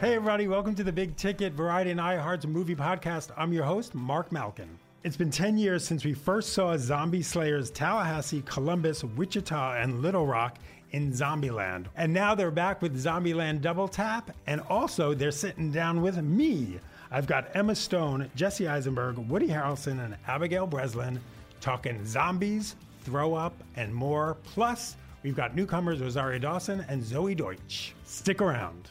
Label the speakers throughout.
Speaker 1: Hey, everybody, welcome to the Big Ticket Variety and iHeart's movie podcast. I'm your host, Mark Malkin. It's been 10 years since we first saw Zombie Slayers Tallahassee, Columbus, Wichita, and Little Rock in Zombieland. And now they're back with Zombieland Double Tap, and also they're sitting down with me. I've got Emma Stone, Jesse Eisenberg, Woody Harrelson, and Abigail Breslin talking zombies, throw up, and more. Plus, we've got newcomers Rosario Dawson and Zoe Deutsch. Stick around.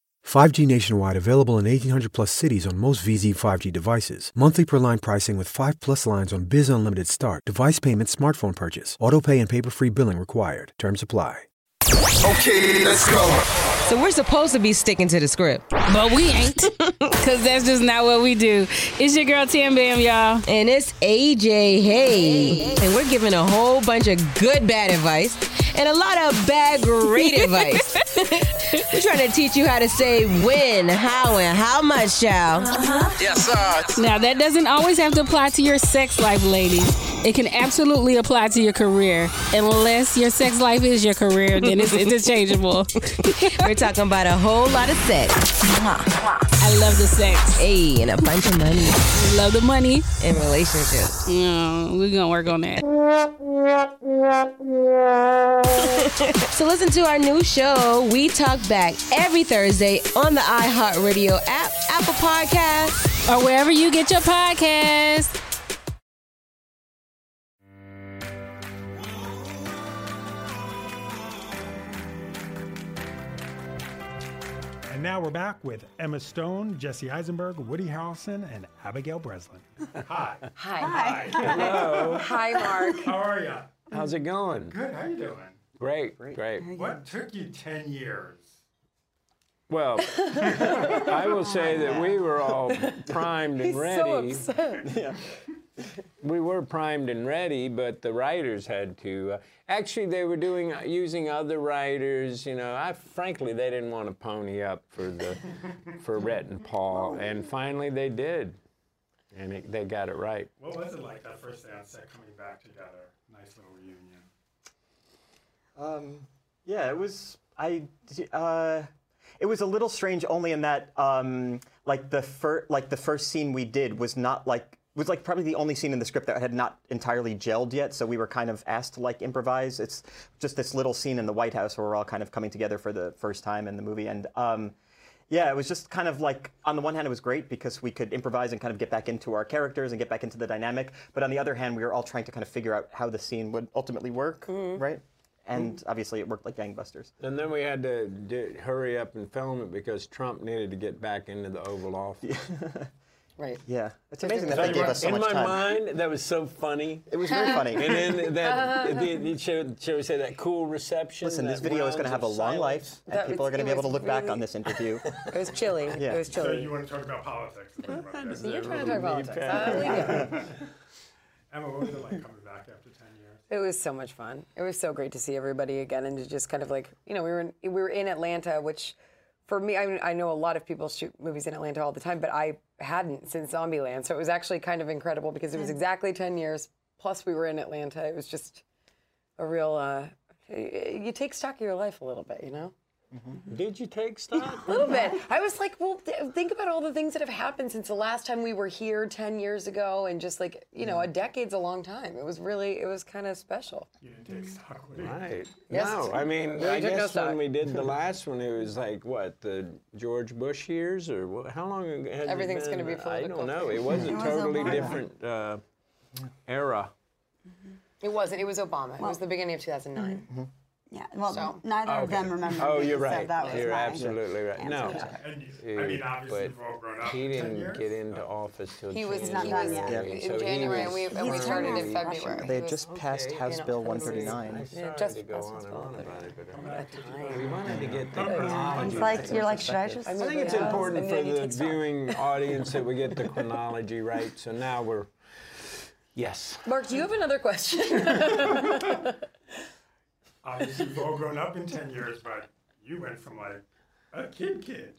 Speaker 2: 5G nationwide available in 1800 plus cities on most VZ 5G devices. Monthly per line pricing with 5 plus lines on Biz Unlimited Start. Device payment, smartphone purchase. Auto pay and paper free billing required. Terms apply.
Speaker 3: Okay, let's go.
Speaker 4: So we're supposed to be sticking to the script, but we ain't, cause that's just not what we do. It's your girl Tim Bam, y'all, and it's AJ Hey, and we're giving a whole bunch of good bad advice and a lot of bad great advice. we're trying to teach you how to say when, how, and how much, y'all.
Speaker 3: Yes, sir.
Speaker 4: Now, that doesn't always have to apply to your sex life, ladies. It can absolutely apply to your career. Unless your sex life is your career, then it's interchangeable. We're talking about a whole lot of sex. Uh-huh. I love the sex. Hey, and a bunch of money. Love the money. And relationships. we're going to work on that. So listen to our new show, We Talk Back, every Thursday on the iHeartRadio app, Apple Podcasts, or wherever you get your podcast.
Speaker 1: And now we're back with Emma Stone, Jesse Eisenberg, Woody Harrelson, and Abigail Breslin. Hi.
Speaker 5: Hi, Mark.
Speaker 1: How are you?
Speaker 6: How's it going?
Speaker 1: Good. How you doing?
Speaker 6: Great, great.
Speaker 1: What took you 10 years?
Speaker 6: Well, I will say that we were all primed and ready. We were primed and ready, but the writers had to. Uh, actually, they were doing using other writers. You know, I frankly they didn't want to pony up for the for Rhett and Paul, and finally they did, and it, they got it right.
Speaker 1: What was it like that first day on set coming back together? Nice little reunion.
Speaker 5: Um, yeah, it was. I. d- Uh, it was a little strange, only in that, um, like the first, like the first scene we did was not like was like probably the only scene in the script that had not entirely gelled yet. So we were kind of asked to like improvise. It's just this little scene in the White House where we're all kind of coming together for the first time in the movie, and. Um, yeah, it was just kind of like, on the one hand, it was great because we could improvise and kind of get back into our characters and get back into the dynamic. But on the other hand, we were all trying to kind of figure out how the scene would ultimately work,
Speaker 7: Mm-hmm.
Speaker 5: right? And obviously, it worked like gangbusters.
Speaker 6: And then we had to do, hurry up and film it because Trump needed to get back into the Oval Office.
Speaker 8: Right.
Speaker 5: Yeah, it's amazing that they gave us so
Speaker 6: In my
Speaker 5: much time.
Speaker 6: mind, that was so funny.
Speaker 5: It was very funny.
Speaker 6: And then that, the, the, shall, shall we say, that cool reception.
Speaker 5: Listen, this
Speaker 6: that
Speaker 5: video is going to
Speaker 6: rounds
Speaker 5: have a
Speaker 6: of
Speaker 5: long life,
Speaker 6: silence.
Speaker 5: and people are going to be able to look back on this interview.
Speaker 8: It was chilly.
Speaker 5: Yeah.
Speaker 8: It was
Speaker 1: So
Speaker 8: chilly.
Speaker 1: you want to talk about politics? Let's talk about that.
Speaker 8: You're trying to talk politics.
Speaker 6: Yeah.
Speaker 8: I believe you.
Speaker 1: Emma, what was it like coming back after 10 years?
Speaker 7: It was so much fun. It was so great to see everybody again and to just kind of like, you know, we were in, we were in Atlanta, which for me, I, mean, I know a lot of people shoot movies in Atlanta all the time, but I hadn't since Zombieland. So it was actually kind of incredible because it was exactly 10 years plus we were in Atlanta. It was just a real, uh, you you take stock of your life a little bit, you know?
Speaker 6: Did you take stock?
Speaker 7: A little bit. I was like, well, th- think about all the things that have happened since the last time we were here 10 years ago, and just like, you know, a decade's a long time. It was really, it was kind of special.
Speaker 6: Right.
Speaker 7: Yes.
Speaker 6: No, I mean,
Speaker 7: No, you
Speaker 6: I
Speaker 7: took uh, no
Speaker 6: guess
Speaker 7: stock.
Speaker 6: when we did the last one, it was like what the George Bush years, or what, how long had it
Speaker 7: Everything's
Speaker 6: been?
Speaker 7: gonna be
Speaker 6: I
Speaker 7: political.
Speaker 6: don't know. It was a
Speaker 7: It was a
Speaker 6: totally
Speaker 7: while.
Speaker 6: different uh, era.
Speaker 7: It wasn't, it was Obama. it was the beginning of 2009.
Speaker 9: mm-hmm. Yeah, well, neither of
Speaker 6: Okay.
Speaker 9: them remember.
Speaker 6: Oh,
Speaker 9: me,
Speaker 6: you're
Speaker 9: so
Speaker 6: right.
Speaker 9: that was
Speaker 6: you're
Speaker 9: my-
Speaker 6: absolutely right. No,
Speaker 9: answer.
Speaker 1: I mean, obviously,
Speaker 6: but
Speaker 1: we've all grown up.
Speaker 6: He
Speaker 1: 10
Speaker 6: didn't
Speaker 1: years?
Speaker 6: get into office till
Speaker 7: He was, he
Speaker 6: January.
Speaker 7: was in
Speaker 6: So he
Speaker 7: January,
Speaker 6: was-
Speaker 7: and we, and we
Speaker 6: He's
Speaker 7: started in
Speaker 6: really-
Speaker 7: February.
Speaker 10: They had just passed House
Speaker 7: in
Speaker 10: Bill
Speaker 7: October.
Speaker 10: 139.
Speaker 7: Yeah,
Speaker 6: Sorry
Speaker 7: just
Speaker 6: to go
Speaker 7: passed
Speaker 6: on
Speaker 7: House
Speaker 6: and
Speaker 7: Bill
Speaker 6: on about it, but I'm
Speaker 7: We
Speaker 6: wanted to get the.
Speaker 9: Yeah. It's like- you're like, should I just-
Speaker 6: I think it's
Speaker 9: Yeah.
Speaker 6: important
Speaker 9: And
Speaker 6: for
Speaker 9: then you
Speaker 6: the
Speaker 9: take stock.
Speaker 6: viewing audience that we get the chronology right. So now we're, yes.
Speaker 7: Mark, do you have another question?
Speaker 1: Obviously, we've all grown up in 10 years, but you went from like a kid kid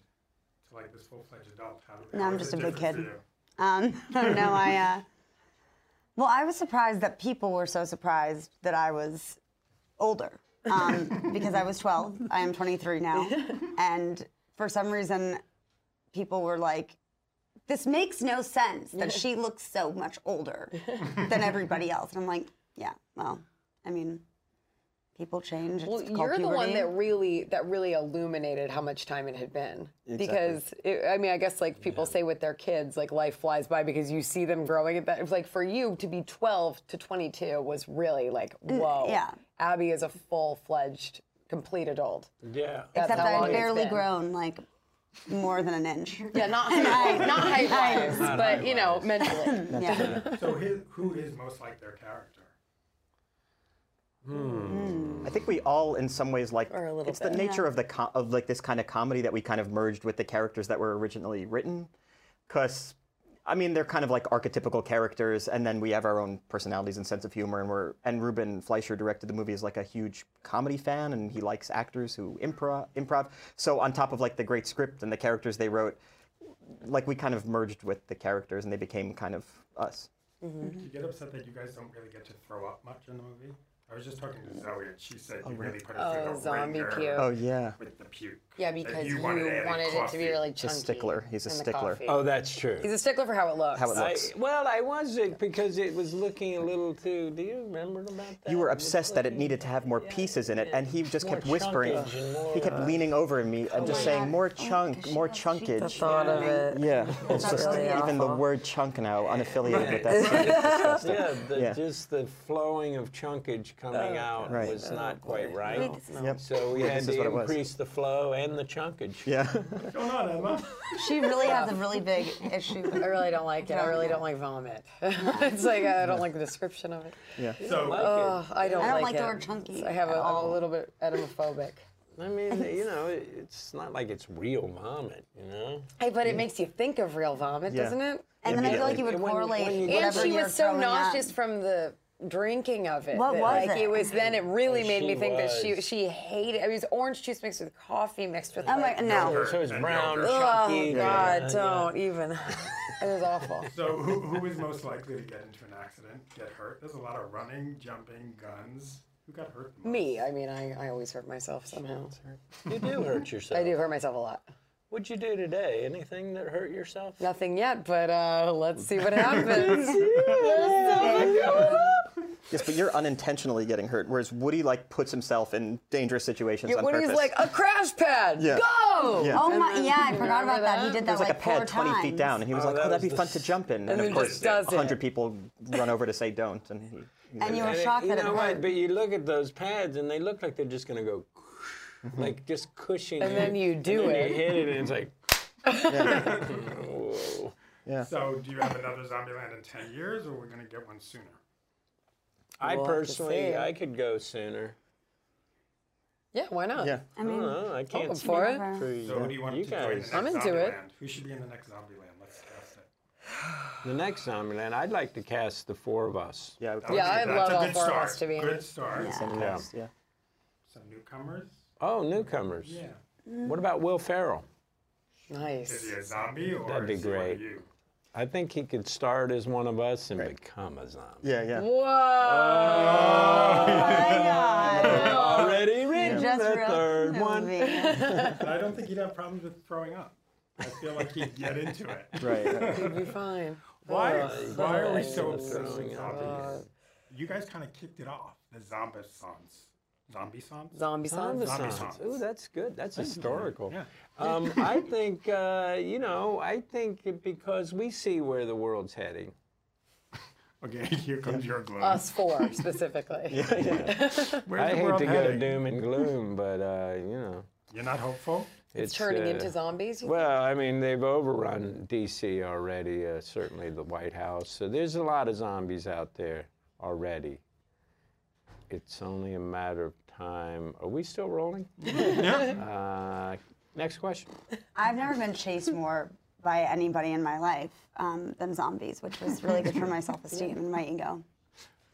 Speaker 1: to like this full fledged adult. How,
Speaker 9: No,
Speaker 1: how
Speaker 9: I'm
Speaker 1: was
Speaker 9: just a
Speaker 1: it
Speaker 9: big
Speaker 1: different
Speaker 9: kid.
Speaker 1: for you?
Speaker 9: Um, no, I. Uh, well, I was surprised that people were so surprised that I was older um, because I was 12. I am 23 now, and for some reason, people were like, "This makes no sense that she looks so much older than everybody else." And I'm like, "Yeah, well, I mean, people change. It's
Speaker 7: Well,
Speaker 9: called
Speaker 7: you're the one
Speaker 9: puberty."
Speaker 7: that really that really illuminated how much time it had been
Speaker 9: Exactly.
Speaker 7: because it, I mean I guess like people say with their kids like life flies by because you see them growing. At that it's like for you to be 12 to 22 was really like
Speaker 9: Mm,
Speaker 7: whoa.
Speaker 9: yeah.
Speaker 7: Abby is a full fledged complete adult.
Speaker 6: Yeah.
Speaker 7: That's
Speaker 9: Except
Speaker 7: how long
Speaker 9: I'd
Speaker 7: it's
Speaker 9: barely
Speaker 7: been.
Speaker 9: grown like more than an inch.
Speaker 7: Yeah, not
Speaker 9: And
Speaker 7: height-
Speaker 9: I-
Speaker 7: not height
Speaker 9: I-
Speaker 7: wise, Not but, height you know, wise. mentally.
Speaker 9: yeah.
Speaker 1: So, his, who is most like their character?
Speaker 5: I think we all, in some ways, like
Speaker 7: little
Speaker 5: it's
Speaker 7: bit.
Speaker 5: the nature of the co- of like this kind of comedy that we kind of merged with the characters that were originally written, because. I mean, they're kind of like archetypical characters, and then we have our own personalities and sense of humor. And we're and Ruben Fleischer directed the movie is like a huge comedy fan, and he likes actors who improv. Improv. So on top of like the great script and the characters they wrote, like we kind of merged with the characters, and they became kind of us.
Speaker 1: Do you get upset that you guys don't really get to throw up much in the movie? I was just talking to Zoe, and she said you really put it through
Speaker 7: Oh,
Speaker 1: the
Speaker 7: zombie
Speaker 1: wringer
Speaker 7: puke.
Speaker 5: Oh, yeah.
Speaker 1: with the puke.
Speaker 7: Yeah,
Speaker 1: That
Speaker 7: because
Speaker 1: you
Speaker 7: you
Speaker 1: wanted
Speaker 7: wanted,
Speaker 1: it in
Speaker 7: it to be
Speaker 1: coffee.
Speaker 7: really
Speaker 5: He's a
Speaker 7: chunky.
Speaker 5: stickler. He's a
Speaker 7: in the
Speaker 5: stickler.
Speaker 7: coffee.
Speaker 6: Oh, that's true.
Speaker 7: He's a stickler for how it looks.
Speaker 5: How it looks.
Speaker 6: I- well, I was uh, because it was looking a little too. Do you remember about that?
Speaker 5: You were obsessed that it needed to have more pieces in it, and he just kept whispering.
Speaker 6: chunkage and more,
Speaker 5: He kept
Speaker 6: uh,
Speaker 5: leaning over me and just
Speaker 6: color.
Speaker 5: saying,
Speaker 7: Oh,
Speaker 5: "More chunk, more chunkage."
Speaker 7: The thought of it
Speaker 5: Yeah,
Speaker 7: is
Speaker 5: it's just
Speaker 7: really
Speaker 5: even the
Speaker 7: awful.
Speaker 5: word chunk now unaffiliated with
Speaker 6: Right.
Speaker 5: that. sound is disgusting.
Speaker 6: yeah, the,
Speaker 5: Yeah.
Speaker 6: just the flowing of chunkage coming out
Speaker 5: Right.
Speaker 6: was not quite right.
Speaker 5: No. Oh, Yep.
Speaker 6: So we
Speaker 5: Yeah,
Speaker 6: had
Speaker 5: this is what
Speaker 6: to
Speaker 5: it was.
Speaker 6: increase the flow and the chunkage.
Speaker 5: Yeah.
Speaker 1: What's going on, Emma?
Speaker 9: She really has a really big issue.
Speaker 7: I really don't like it. I really don't like vomit. it's like I don't like the description of it.
Speaker 5: Yeah.
Speaker 6: So- like it.
Speaker 7: Ugh, I don't.
Speaker 9: I don't
Speaker 7: like
Speaker 9: like the
Speaker 7: it.
Speaker 9: word chunky
Speaker 7: I have
Speaker 9: at
Speaker 7: a, I'm a
Speaker 9: all.
Speaker 7: little bit edamophobic.
Speaker 6: I mean, you know, it- it's not like it's real vomit, you know?
Speaker 7: Hey, but it makes you think of real vomit,
Speaker 6: Yeah.
Speaker 7: doesn't it?
Speaker 9: And then I feel like you
Speaker 6: Immediately.
Speaker 9: would
Speaker 6: When-
Speaker 9: correlate
Speaker 6: when you get-
Speaker 7: And
Speaker 9: whatever
Speaker 7: she
Speaker 9: you're
Speaker 7: was so
Speaker 9: throwing up.
Speaker 7: nauseous from the drinking of it.
Speaker 9: What
Speaker 7: that,
Speaker 9: was
Speaker 7: like,
Speaker 9: it?
Speaker 7: was then it really
Speaker 9: Oh,
Speaker 7: made me
Speaker 9: she
Speaker 7: think that she
Speaker 9: was.
Speaker 7: she hated. I mean, it was orange juice mixed with coffee mixed with.
Speaker 9: I'm like, no.
Speaker 6: So it's brown,
Speaker 7: Oh
Speaker 6: chunky.
Speaker 7: God,
Speaker 6: yeah,
Speaker 7: don't even. It was awful.
Speaker 1: So, who, who is most likely to get into an accident, get hurt? There's a lot of running, jumping, guns. Who got hurt?
Speaker 7: Me, I mean, I, I always hurt myself somehow.
Speaker 6: You do hurt yourself.
Speaker 7: I do hurt myself a lot.
Speaker 6: What'd you do today? Anything that hurt yourself?
Speaker 7: Nothing yet, but uh, let's see what happens.
Speaker 5: Yes, but you're unintentionally getting hurt, whereas Woody like puts himself in dangerous situations
Speaker 7: Yeah,
Speaker 5: on
Speaker 7: when
Speaker 5: purpose.
Speaker 7: he's like a crash pad,
Speaker 5: Yeah.
Speaker 7: go!
Speaker 5: Yeah.
Speaker 9: Oh my,
Speaker 7: And
Speaker 9: yeah, I
Speaker 7: then-
Speaker 9: forgot about
Speaker 7: remember
Speaker 9: that. He did
Speaker 5: There
Speaker 9: that
Speaker 5: was like,
Speaker 9: like
Speaker 5: a
Speaker 9: four
Speaker 5: pad 20
Speaker 9: times.
Speaker 5: feet down, and he was like, "Oh, that'd be fun to jump in." And, of
Speaker 6: then
Speaker 5: course,
Speaker 6: just does it.
Speaker 5: 100 people run over to say "don't," and he.
Speaker 9: And you were
Speaker 6: it-
Speaker 9: shocked
Speaker 6: you
Speaker 9: that it
Speaker 6: know what?
Speaker 9: hurt.
Speaker 6: But you look at those pads and they look like they're just going to go like just cushioning.
Speaker 7: And then you do
Speaker 6: and then
Speaker 7: it.
Speaker 6: You hit it and it's like.
Speaker 5: Yeah.
Speaker 1: So, do you have another Zombieland in 10 years, or we're going to get one sooner?
Speaker 6: I
Speaker 1: We'll have to see.
Speaker 6: personally, I could go sooner.
Speaker 7: Yeah, why not?
Speaker 6: Yeah. I mean,
Speaker 7: know,
Speaker 6: I can't
Speaker 7: I'm
Speaker 6: speak
Speaker 7: for it.
Speaker 6: for
Speaker 1: So, who do you want
Speaker 6: You
Speaker 1: to join the
Speaker 6: guys-
Speaker 1: next
Speaker 7: I'm into it.
Speaker 1: Zombieland? Who should be in the next Zombieland? Let's discuss it.
Speaker 6: the next Zombieland, I'd like to cast the four of us.
Speaker 5: Yeah,
Speaker 11: Yeah, I'd love all four of us to be in
Speaker 1: Good
Speaker 11: it.
Speaker 1: start.
Speaker 6: Yeah. Cast,
Speaker 5: yeah.
Speaker 1: Some newcomers.
Speaker 6: Oh, newcomers.
Speaker 1: Yeah.
Speaker 6: What about Will Farrell?
Speaker 11: Nice.
Speaker 1: Is he a zombie or
Speaker 6: That'd be
Speaker 1: is he one of
Speaker 6: great.
Speaker 1: you?
Speaker 6: I think he could start as one of us and become a zombie.
Speaker 5: Yeah, yeah.
Speaker 6: Oh, Already written
Speaker 1: just
Speaker 6: the
Speaker 1: wrote
Speaker 6: third
Speaker 1: the
Speaker 6: one.
Speaker 1: But I don't think he'd have problems with throwing up. I feel like he'd get into it.
Speaker 6: Right.
Speaker 11: You'd be fine.
Speaker 1: Why,
Speaker 11: Oh,
Speaker 1: why are we
Speaker 11: sorry.
Speaker 1: so obsessed with zombies? You guys kind of kicked it off. The zombie songs. Zombie songs?
Speaker 11: Zombie songs.
Speaker 1: Zombie
Speaker 6: Renaissance.
Speaker 1: songs.
Speaker 6: Ooh, that's good. That's
Speaker 1: Thank you.
Speaker 6: historical.
Speaker 1: Yeah.
Speaker 6: Um, I think, uh, you know, I think it- because we see where the world's heading.
Speaker 1: Okay, here comes your gloom.
Speaker 11: Us four specifically.
Speaker 1: Where's
Speaker 6: I
Speaker 1: the
Speaker 6: hate
Speaker 1: world
Speaker 6: to
Speaker 1: heading?
Speaker 6: go doom and gloom, but, uh, you know.
Speaker 1: You're not hopeful?
Speaker 11: It's turning
Speaker 6: uh,
Speaker 11: into zombies. you
Speaker 6: Well, I mean, they've overrun D.C. already, uh, certainly the White House. So there's a lot of zombies out there already. It's only a matter of time. Are we still rolling? Uh, next question.
Speaker 9: I've never been chased more by anybody in my life um, than zombies, which was really good for my self-esteem and my ego.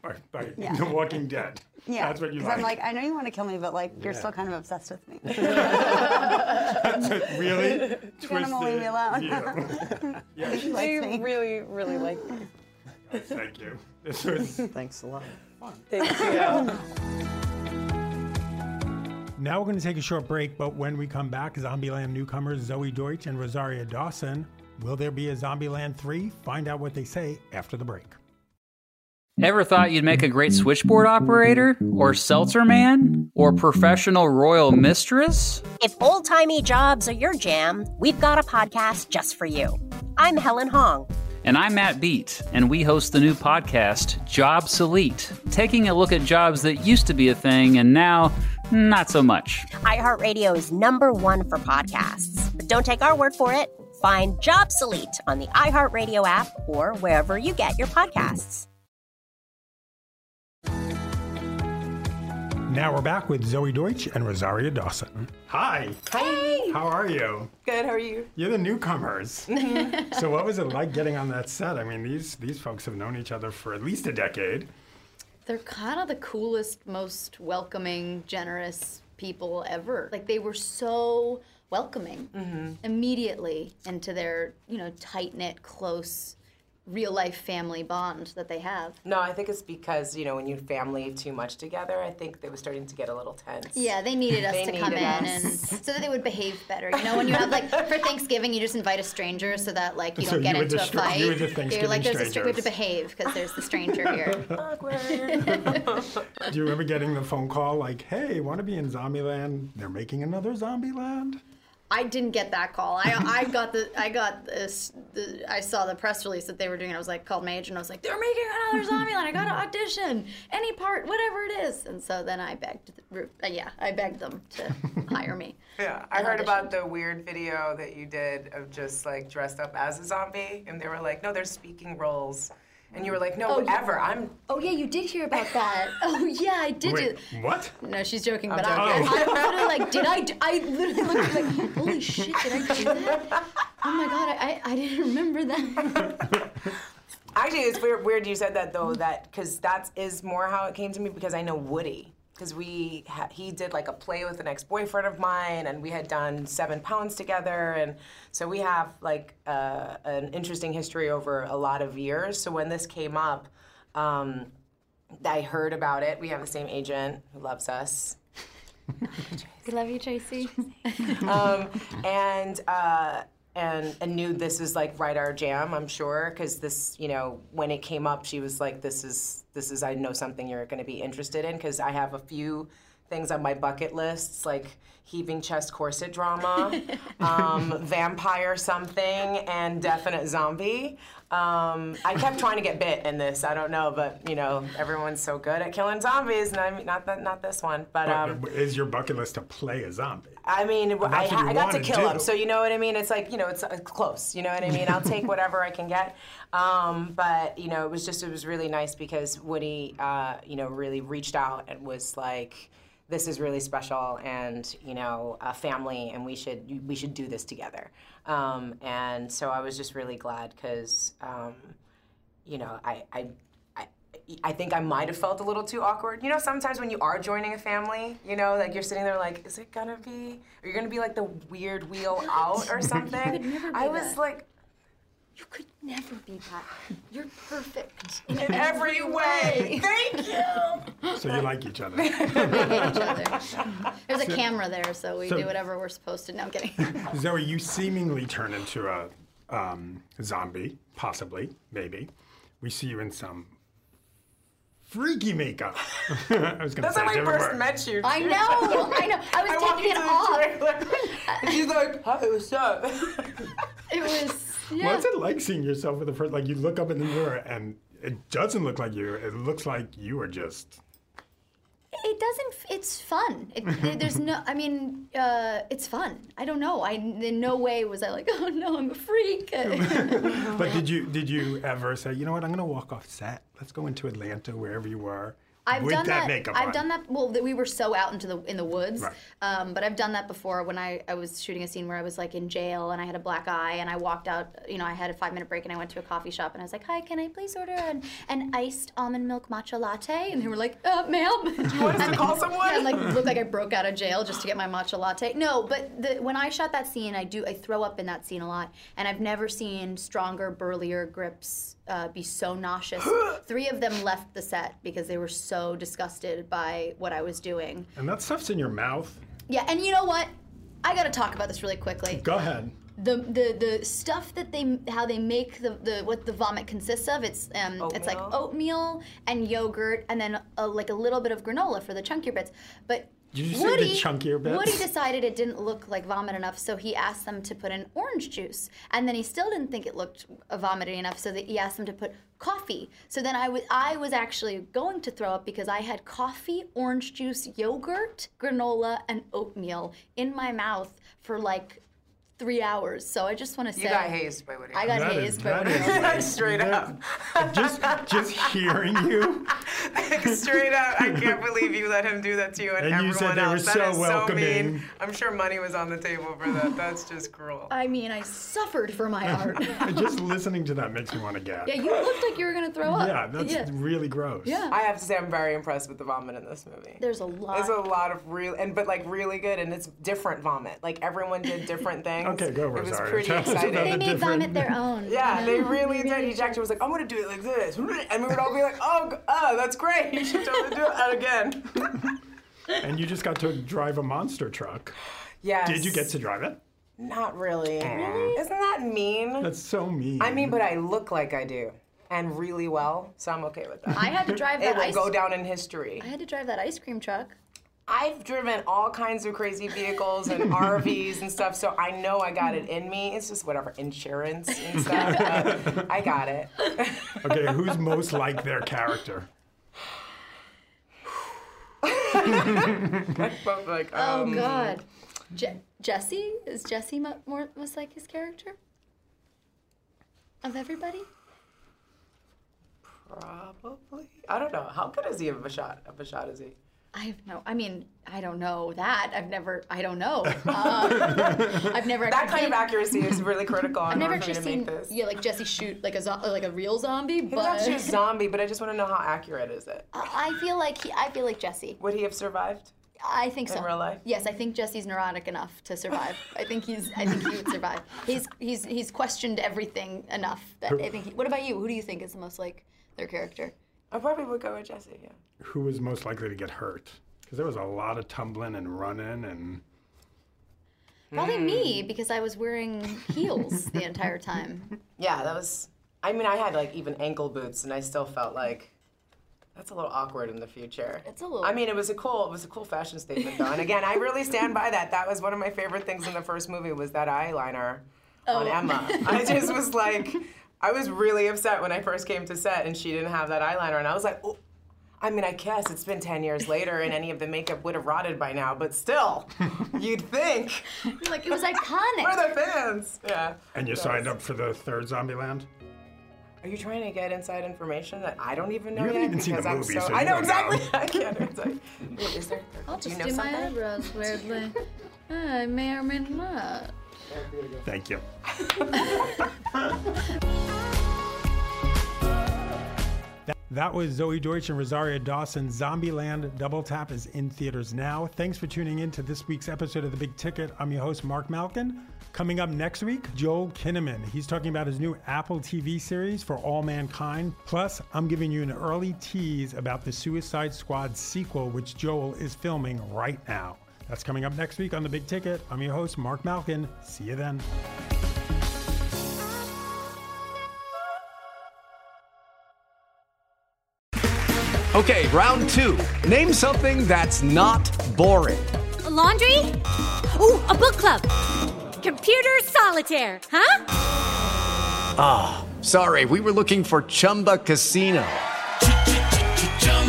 Speaker 1: By, by
Speaker 9: Yeah.
Speaker 1: The Walking Dead.
Speaker 9: Yeah,
Speaker 1: That's what you
Speaker 9: 'cause
Speaker 1: like.
Speaker 9: I'm like, I know you want to kill me, but like, you're
Speaker 1: Yeah.
Speaker 9: still kind of obsessed with me.
Speaker 1: really?
Speaker 9: You're gonna leave me alone.
Speaker 1: Yeah.
Speaker 9: She likes
Speaker 11: They
Speaker 9: me.
Speaker 11: really, really like me.
Speaker 1: Thank you. This was
Speaker 5: Thanks a lot.
Speaker 11: Thank you.
Speaker 1: Now we're going to take a short break, but when we come back, Zombieland newcomers Zoe Deutsch and Rosaria Dawson. Will there be a Zombieland 3? Find out what they say after the break.
Speaker 10: Ever thought you'd make a great switchboard operator? Or seltzer man? Or professional royal mistress?
Speaker 12: If old timey jobs are your jam, we've got a podcast just for you. I'm Helen Hong.
Speaker 10: And I'm Matt Beat, and we host the new podcast, Job Elite, taking a look at jobs that used to be a thing and now not so much.
Speaker 12: iHeartRadio is number one for podcasts. But don't take our word for it. Find Jobsolete on the iHeartRadio app or wherever you get your podcasts.
Speaker 1: Now we're back with Zoe Deutsch and Rosaria Dawson. Hi.
Speaker 11: Hi.
Speaker 1: How are you?
Speaker 11: Good. How are you? Mm-hmm.
Speaker 1: You're the newcomers. so what was it like getting on that set? I mean, these these folks have known each other for at least a decade.
Speaker 13: They're kind of the coolest, most welcoming, generous people ever. Like they were so welcoming
Speaker 11: Mm-hmm.
Speaker 13: immediately into their, you know, tight knit, close, real life family bond that they have.
Speaker 11: No, I think it's because you know when you family too much together, I think they were starting to get a little tense.
Speaker 13: Yeah, they needed us
Speaker 11: They
Speaker 13: to come
Speaker 11: needed
Speaker 13: in
Speaker 11: us.
Speaker 13: and so that they would behave better. You know, when you have like for Thanksgiving, you just invite a stranger so that like you
Speaker 1: So
Speaker 13: don't
Speaker 1: you
Speaker 13: get
Speaker 1: were
Speaker 13: into
Speaker 1: the
Speaker 13: a
Speaker 1: str-
Speaker 13: fight.
Speaker 1: you were the
Speaker 13: You're
Speaker 1: Thanksgiving
Speaker 13: like, there's a str- we have to
Speaker 1: strangers.
Speaker 13: behave because there's the stranger here.
Speaker 1: Do you remember getting the phone call like, "Hey, want to be in Zombieland? They're making another Zombieland."
Speaker 13: I didn't get that call. I, I got the I got this. The, I saw the press release that they were doing. I was like called my agent. I was like, they're making another zombie line. I got to audition any part, whatever it is. And so then I begged. The, uh, yeah, I begged them to hire me.
Speaker 11: Yeah, I heard about the weird video that you did of just like dressed up as a zombie, and they were like, "No, there's speaking roles," and you were like, "No,
Speaker 13: Oh, yeah.
Speaker 11: ever, I'm."
Speaker 13: Oh yeah, you did hear about that. Oh yeah, I did.
Speaker 11: Wait,
Speaker 13: do-
Speaker 1: what?
Speaker 13: No, she's joking.
Speaker 11: I'm
Speaker 13: But I,
Speaker 11: joking.
Speaker 13: I, I literally like, did I? do- I literally looked like, holy shit, did I do that? Oh my god, I I, I didn't remember that.
Speaker 11: Actually, it's weird, weird you said that though, that because that is more how it came to me because I know Woody. Because we ha- he did like a play with an ex boyfriend of mine, and we had done Seven Pounds together, and so we have like uh, an interesting history over a lot of years. So when this came up, um, I heard about it. We have the same agent who loves us.
Speaker 13: We love you, Tracy.
Speaker 11: um, and uh, and and knew this was like right our jam. I'm sure because this, you know, when it came up, she was like, "This is this is I know something you're going to be interested in." Because I have a few things on my bucket lists, like heaving chest corset drama, um, vampire something, and definite zombie. Um, I kept trying to get bit in this. I don't know, but you know, everyone's so good at killing zombies, and I'm not that not this one, but. Um,
Speaker 1: But is your bucket list to play a zombie?
Speaker 11: I mean,
Speaker 1: But
Speaker 11: I,
Speaker 1: that's what
Speaker 11: ha-
Speaker 1: you
Speaker 11: I got to
Speaker 1: wanna
Speaker 11: kill
Speaker 1: do.
Speaker 11: him, so you know what I mean. It's like you know, it's uh, close. You know what I mean. I'll take whatever I can get. Um, but you know, it was just it was really nice because Woody, uh, you know, really reached out and was like, this is really special and you know a family and we should we should do this together um, and so i was just really glad because um, you know I, I I- I think I might have felt a little too awkward. You know, sometimes when you are joining a family, you know, like you're sitting there like, is it gonna be, are you gonna be like the weird wheel out or something? I was like,
Speaker 13: you could never be that. You're perfect
Speaker 11: in every way. Thank you.
Speaker 1: So you like each other.
Speaker 13: There's a
Speaker 1: So-
Speaker 13: camera there, so we
Speaker 1: so-
Speaker 13: do whatever we're supposed to. No, I'm kidding.
Speaker 1: Zoe, you seemingly turn into a um, zombie, possibly, maybe. We see you in some freaky makeup. I was going to
Speaker 11: That's
Speaker 1: say
Speaker 11: how I
Speaker 1: different
Speaker 11: first
Speaker 1: word.
Speaker 11: met you.
Speaker 13: I know, I know. I was
Speaker 11: walked
Speaker 13: taking it
Speaker 11: into the
Speaker 13: off.
Speaker 11: trailer, and she's like, hi, what's up?
Speaker 13: It was. Yeah.
Speaker 1: What's it like seeing yourself for the first? Like you look up in the mirror and it doesn't look like you. It looks like you are just.
Speaker 13: It doesn't. f- It's fun. It, there- there's no. I mean, uh, it's fun. I don't know. I in no way was I like, oh no, I'm a freak.
Speaker 1: But did you did you ever say, you know what? I'm gonna walk off set. Let's go into Atlanta, wherever you were,
Speaker 13: I've
Speaker 1: with
Speaker 13: done
Speaker 1: that,
Speaker 13: that.
Speaker 1: makeup
Speaker 13: I've
Speaker 1: on.
Speaker 13: done that. Well, that we were so out into the in the woods,
Speaker 1: Right.
Speaker 13: um, but I've done that before when I, I was shooting a scene where I was like in jail and I had a black eye and I walked out. You know, I had a five minute break and I went to a coffee shop and I was like, "Hi, can I please order an, an iced almond milk matcha latte?" And they were like, uh, "Ma'am, do you want us to call someone?" Yeah, and, like looked like I broke out of jail just to get my matcha latte. No, but the, when I shot that scene, I do I throw up in that scene a lot, and I've never seen stronger, burlier grips uh, be so nauseous. Three of them left the set because they were so disgusted by what I was doing.
Speaker 1: And that stuff's in your mouth.
Speaker 13: Yeah, and you know what? I gotta talk about this really quickly.
Speaker 1: Go ahead.
Speaker 13: The, the the stuff that they how they make the, the what the vomit consists of it's um it's like oatmeal and yogurt and then uh like a little bit of granola for the chunkier bits but
Speaker 1: Did you say
Speaker 13: Woody,
Speaker 1: the chunkier bits?
Speaker 13: Woody decided it didn't look like vomit enough, so he asked them to put in orange juice. And then he still didn't think it looked uh, vomity enough, so that he asked them to put coffee. So then I was I was actually going to throw up because I had coffee, orange juice, yogurt, granola, and oatmeal in my mouth for like three hours. So I just want to say
Speaker 11: You got hazed by Woody.
Speaker 13: I got
Speaker 1: That is-
Speaker 13: hazed by
Speaker 1: that
Speaker 13: Woody.
Speaker 1: is
Speaker 13: Allen.
Speaker 1: like-
Speaker 11: Straight up.
Speaker 1: just just hearing you,
Speaker 11: Straight up. I can't believe you let him do that to you and,
Speaker 1: And
Speaker 11: everyone
Speaker 1: you said they were
Speaker 11: else.
Speaker 1: so
Speaker 11: that is so
Speaker 1: welcoming.
Speaker 11: mean. I'm sure money was on the table for that. That's just cruel.
Speaker 13: I mean, I suffered for my art.
Speaker 1: just listening to that makes me want to gag.
Speaker 13: yeah, you looked like you were gonna throw up.
Speaker 1: Yeah, that's
Speaker 13: Yeah.
Speaker 1: really gross.
Speaker 13: Yeah.
Speaker 11: I have to say, I'm very impressed with the vomit in this movie.
Speaker 13: There's a lot.
Speaker 11: There's a lot of real and but like really good and it's different vomit. Like everyone did different things.
Speaker 1: Okay, go,
Speaker 11: It was
Speaker 1: Rosario.
Speaker 11: pretty
Speaker 1: Tell us about
Speaker 11: exciting.
Speaker 1: the They made different- vomit
Speaker 13: their own.
Speaker 11: Yeah,
Speaker 13: you
Speaker 11: they
Speaker 13: know?
Speaker 11: really did. Each actor was like, "I'm gonna do it like this," and we would all be like, "Oh, g- oh, that's great! You should totally do that again."
Speaker 1: And you just got to drive a monster truck.
Speaker 11: Yes.
Speaker 1: Did you get to drive it?
Speaker 11: Not really.
Speaker 1: Really?
Speaker 11: Isn't that mean?
Speaker 1: That's so mean.
Speaker 11: I mean, but I look like I do, and really well, so I'm okay with that.
Speaker 13: I had to drive
Speaker 11: It
Speaker 13: that
Speaker 11: will
Speaker 13: ice-
Speaker 11: go down in history.
Speaker 13: I had to drive that ice cream truck.
Speaker 11: I've driven all kinds of crazy vehicles and RVs and stuff, so I know I got it in me. It's just whatever insurance and stuff. but I got it.
Speaker 1: Okay, who's most like their character?
Speaker 11: But like,
Speaker 13: Oh
Speaker 11: um,
Speaker 13: God, Je- Jesse is Jesse mo- more most like his character of everybody.
Speaker 11: Probably. I don't know. How good is he of a shot? Of a shot is he?
Speaker 13: I have no. I mean, I don't know that. I've never. I don't know. Uh, I've never.
Speaker 11: That kind of accuracy is really critical.
Speaker 13: I've
Speaker 11: in
Speaker 13: never
Speaker 11: order for me
Speaker 13: actually
Speaker 11: to
Speaker 13: seen
Speaker 11: make this.
Speaker 13: yeah like Jesse shoot like a zo- like a real zombie,
Speaker 11: He's
Speaker 13: but
Speaker 11: actually a zombie, but I just want to know how accurate is it?
Speaker 13: I feel like he, I feel like Jesse.
Speaker 11: Would he have survived?
Speaker 13: I think
Speaker 11: in
Speaker 13: so.
Speaker 11: real life?
Speaker 13: Yes, I think Jesse's neurotic enough to survive. I think he's. I think he would survive. He's he's he's questioned everything enough. That I think. He, what about you? Who do you think is the most like their character?
Speaker 11: I probably would go with Jesse. Yeah.
Speaker 1: Who was most likely to get hurt? Because there was a lot of tumbling and running and.
Speaker 13: Probably me because I was wearing heels the entire time.
Speaker 11: Yeah, that was. I mean, I had like even ankle boots, and I still felt like that's a little awkward in the future. It's
Speaker 13: a little.
Speaker 11: I mean, it was a cool. It was a cool fashion statement, though. And again, I really stand by that. That was one of my favorite things in the first movie was that eyeliner
Speaker 13: Oh.
Speaker 11: on Emma. I just was like, I was really upset when I first came to set, and she didn't have that eyeliner, and I was like. Oh. I mean, I guess it's been 10 years later and any of the makeup would have rotted by now, but still, you'd think.
Speaker 13: Like, it was iconic.
Speaker 11: For the fans, yeah.
Speaker 1: And you signed up for the third Zombieland?
Speaker 11: Are you trying to get inside information that I don't even know
Speaker 1: You haven't
Speaker 11: yet?
Speaker 1: even seen the
Speaker 11: I'm
Speaker 1: movie,
Speaker 11: so,
Speaker 1: so
Speaker 11: I
Speaker 1: you
Speaker 11: know
Speaker 1: don't know.
Speaker 11: exactly. I can't. It's like, wait, is there?
Speaker 13: I'll
Speaker 11: do
Speaker 13: just
Speaker 11: you
Speaker 13: do,
Speaker 11: know something?
Speaker 13: my eyebrows weirdly. I may or may not.
Speaker 1: Thank you. That, that was Zoe Deutsch and Rosaria Dawson. Zombieland Double Tap is in theaters now. Thanks for tuning in to this week's episode of The Big Ticket. I'm your host, Mark Malkin. Coming up next week, Joel Kinnaman. He's talking about his new Apple TV series for all mankind. Plus, I'm giving you an early tease about the Suicide Squad sequel, which Joel is filming right now. That's coming up next week on The Big Ticket. I'm your host, Mark Malkin. See you then.
Speaker 14: Okay, round two. Name something that's not boring.
Speaker 15: laundry? Ooh, a book club. Computer solitaire, huh?
Speaker 14: Ah, sorry, we were looking for Chumba Casino.